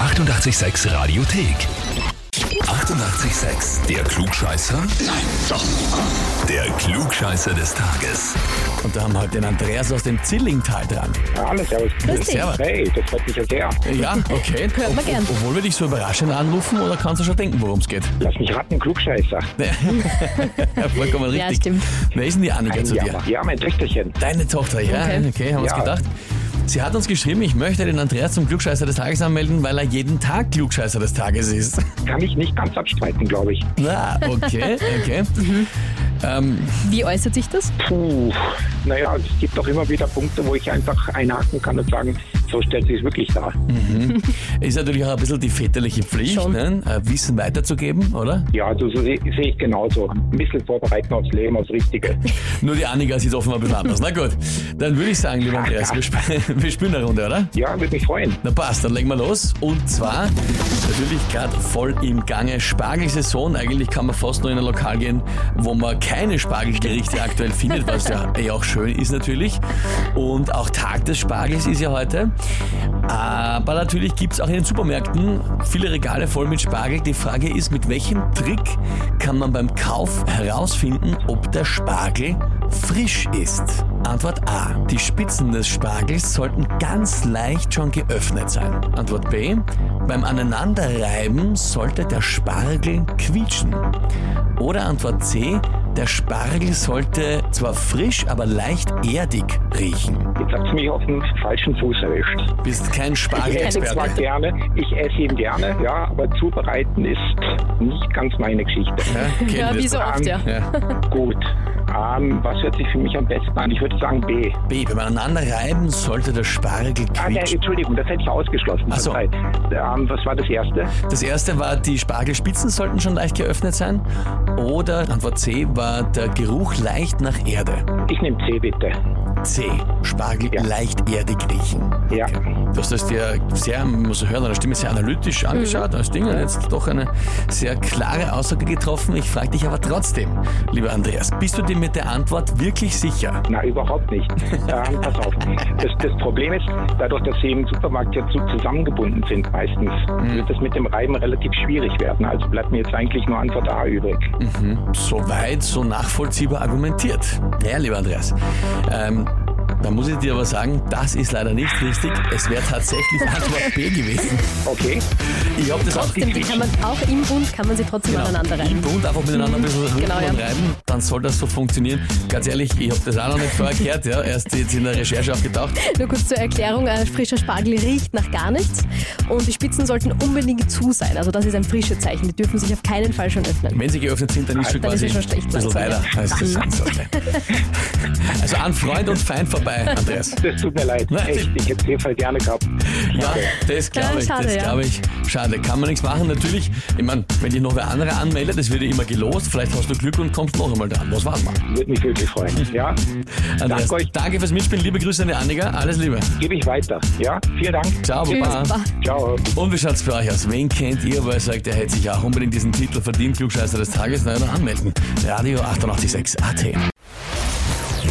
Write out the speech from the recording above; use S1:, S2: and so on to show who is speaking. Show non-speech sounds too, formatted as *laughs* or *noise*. S1: 886 Radiothek. 88,6. Der Klugscheißer? Nein, doch. Der Klugscheißer des Tages.
S2: Und da haben wir heute den Andreas aus dem Zillingtal dran.
S3: Hallo, servus.
S2: dich. Servus.
S3: Hey, das freut mich ja sehr.
S2: Ja, okay.
S4: Hört man gern.
S2: Obwohl wir dich so überraschend anrufen, oder kannst du schon denken, worum es geht?
S3: Lass mich raten, Klugscheißer.
S2: *laughs* Ja, vollkommen richtig.
S4: Ja, stimmt.
S2: Wer ist denn die Annika
S3: Ein
S2: zu dir?
S3: Jammer. Ja, mein Töchterchen.
S2: Deine Tochter, ja? Okay,
S4: Okay.
S2: haben wir uns
S3: Ja.
S2: gedacht. Sie hat uns geschrieben, ich möchte den Andreas zum Klugscheißer des Tages anmelden, weil er jeden Tag Klugscheißer des Tages ist.
S3: Kann ich nicht ganz abstreiten, glaube ich.
S2: Na, okay, okay. ähm,
S4: Wie äußert sich das?
S3: Puh, naja, also es gibt auch immer wieder Punkte, wo ich einfach einhaken kann und sagen, so stellt sich es wirklich dar.
S2: Mhm. ist natürlich auch ein bisschen die väterliche Pflicht,
S4: Schon.
S2: ne? äh, Wissen weiterzugeben, oder?
S3: Ja, also so se- sehe ich genauso. Ein bisschen vorbereiten aufs Leben, aufs Richtige.
S2: Nur die Annika sieht offenbar ein bisschen
S3: *laughs*
S2: anders. Na gut, dann würde ich sagen, lieber Andreas, wir, sp wir spielen eine Runde, oder?
S3: Ja, würde mich freuen.
S2: Na passt, dann legen wir los. Und zwar natürlich gerade voll im Gange Spargelsaison. Eigentlich kann man fast nur in ein Lokal gehen, wo man keine Spargelgerichte aktuell findet, was ja eh auch schön ist natürlich. Und auch Tag des Spargels ist ja heute. Aber natürlich gibt es auch in den Supermärkten viele Regale voll mit Spargel. Die Frage ist, mit welchem Trick kann man beim Kauf herausfinden, ob der Spargel frisch ist? Antwort A. Die Spitzen des Spargels sollten ganz leicht schon geöffnet sein. Antwort B. Beim Aneinanderreiben sollte der Spargel quietschen. Oder Antwort C. Der Spargel sollte zwar frisch, aber leicht erdig riechen.
S3: Jetzt habt ihr mich auf den falschen Fuß erwischt.
S2: Bist kein
S3: Ich esse zwar
S2: Spargelexperte.
S3: gerne, ich esse ihn gerne, ja, aber zubereiten ist nicht ganz meine Geschichte.
S2: Ja, okay,
S4: Ja,
S2: das-
S4: wie so oft, ja.
S2: Ja.
S3: Gut. Ähm, was hört sich für mich am besten an? Ich würde sagen B.
S2: B. Beim Aneinanderreiben sollte der Spargel
S3: Ah, nee,
S2: quietschen.
S3: Entschuldigung, das hätte ich ausgeschlossen.
S2: Ach so.
S3: Verzeiht. Ähm, was war das erste?
S2: Das erste war, die Spargelspitzen sollten schon leicht geöffnet sein. Oder Antwort C war der Geruch leicht nach Erde.
S3: Ich nehme C bitte.
S2: C. Spargel
S3: Ja.
S2: leicht erdig riechen.
S3: Ja.
S2: Du hast das dir sehr, man muss hören, deine Stimme sehr analytisch angeschaut, das Ding, und jetzt doch eine sehr klare Aussage getroffen. Ich frage dich aber trotzdem, lieber Andreas, bist du dir mit der Antwort wirklich sicher?
S3: Na,
S2: *laughs*
S3: überhaupt nicht. Ähm, pass auf. Das, das Problem ist, dadurch, dass sie im Supermarkt ja zu, zusammengebunden sind meistens,
S2: Mhm.
S3: wird das mit dem Reiben relativ schwierig werden. Also bleibt mir jetzt eigentlich nur Antwort A
S2: *laughs*
S3: übrig.
S2: Soweit so nachvollziehbar argumentiert. Ja, lieber Andreas, ähm, da muss ich dir aber sagen, das ist leider nicht richtig. Es wäre tatsächlich Antwort B gewesen.
S3: Okay.
S2: Ich habe das auch
S4: Stimmt, die
S2: gekriegt.
S4: kann man auch im Bund kann man sie trotzdem aneinander
S2: Genau. Im
S4: reiben.
S2: Bund einfach miteinander ein bisschen
S4: Genau,
S2: rühren und
S4: ja.
S2: reiben, dann soll das so funktionieren. Ganz ehrlich, ich habe das auch noch nicht vorher gehört, ja, erst jetzt in der Recherche aufgetaucht.
S4: Nur kurz zur Erklärung, äh, frischer Spargel riecht nach gar nichts und die Spitzen sollten unbedingt zu sein. Also das ist ein frisches Zeichen. Die dürfen sich auf keinen Fall schon öffnen.
S2: Wenn sie geöffnet sind, dann ist schon
S4: Ah, Dann ist
S2: quasi
S4: es schon
S2: ein
S4: schlecht
S2: bisschen
S4: langsam,
S2: weiter,
S4: ja.
S2: als
S4: *laughs*
S2: das sein sollte. Also an Freund und Feind vorbei, Andreas.
S3: Das tut mir leid.
S2: Nein.
S3: Echt, ich hätte es jedenfalls gerne gehabt.
S2: Ja, das glaube
S4: Ja,
S2: ich,
S4: schade,
S2: das
S4: ja.
S2: glaube ich. Schade, kann man nichts machen. Natürlich, ich meine, wenn dich noch wer andere anmeldet, das wird ja immer gelost. Vielleicht hast du Glück und kommst noch einmal dran. Was war's mal?
S3: Würde mich wirklich freuen. Ja?
S2: *laughs* Andreas,
S3: Danke euch.
S2: danke fürs Mitspielen. Liebe Grüße an die Annika. Alles Liebe.
S3: Gebe ich weiter. Ja? Vielen Dank.
S2: Ciao,
S4: Tschüss,
S2: Baba.
S4: Baba.
S3: Ciao.
S2: Und wie schaut's für euch aus? Wen kennt ihr, wo ihr sagt, der hätte sich auch unbedingt diesen Titel verdient, Klugscheißer des Tages? Na ja, dann anmelden. Radio 886 AT.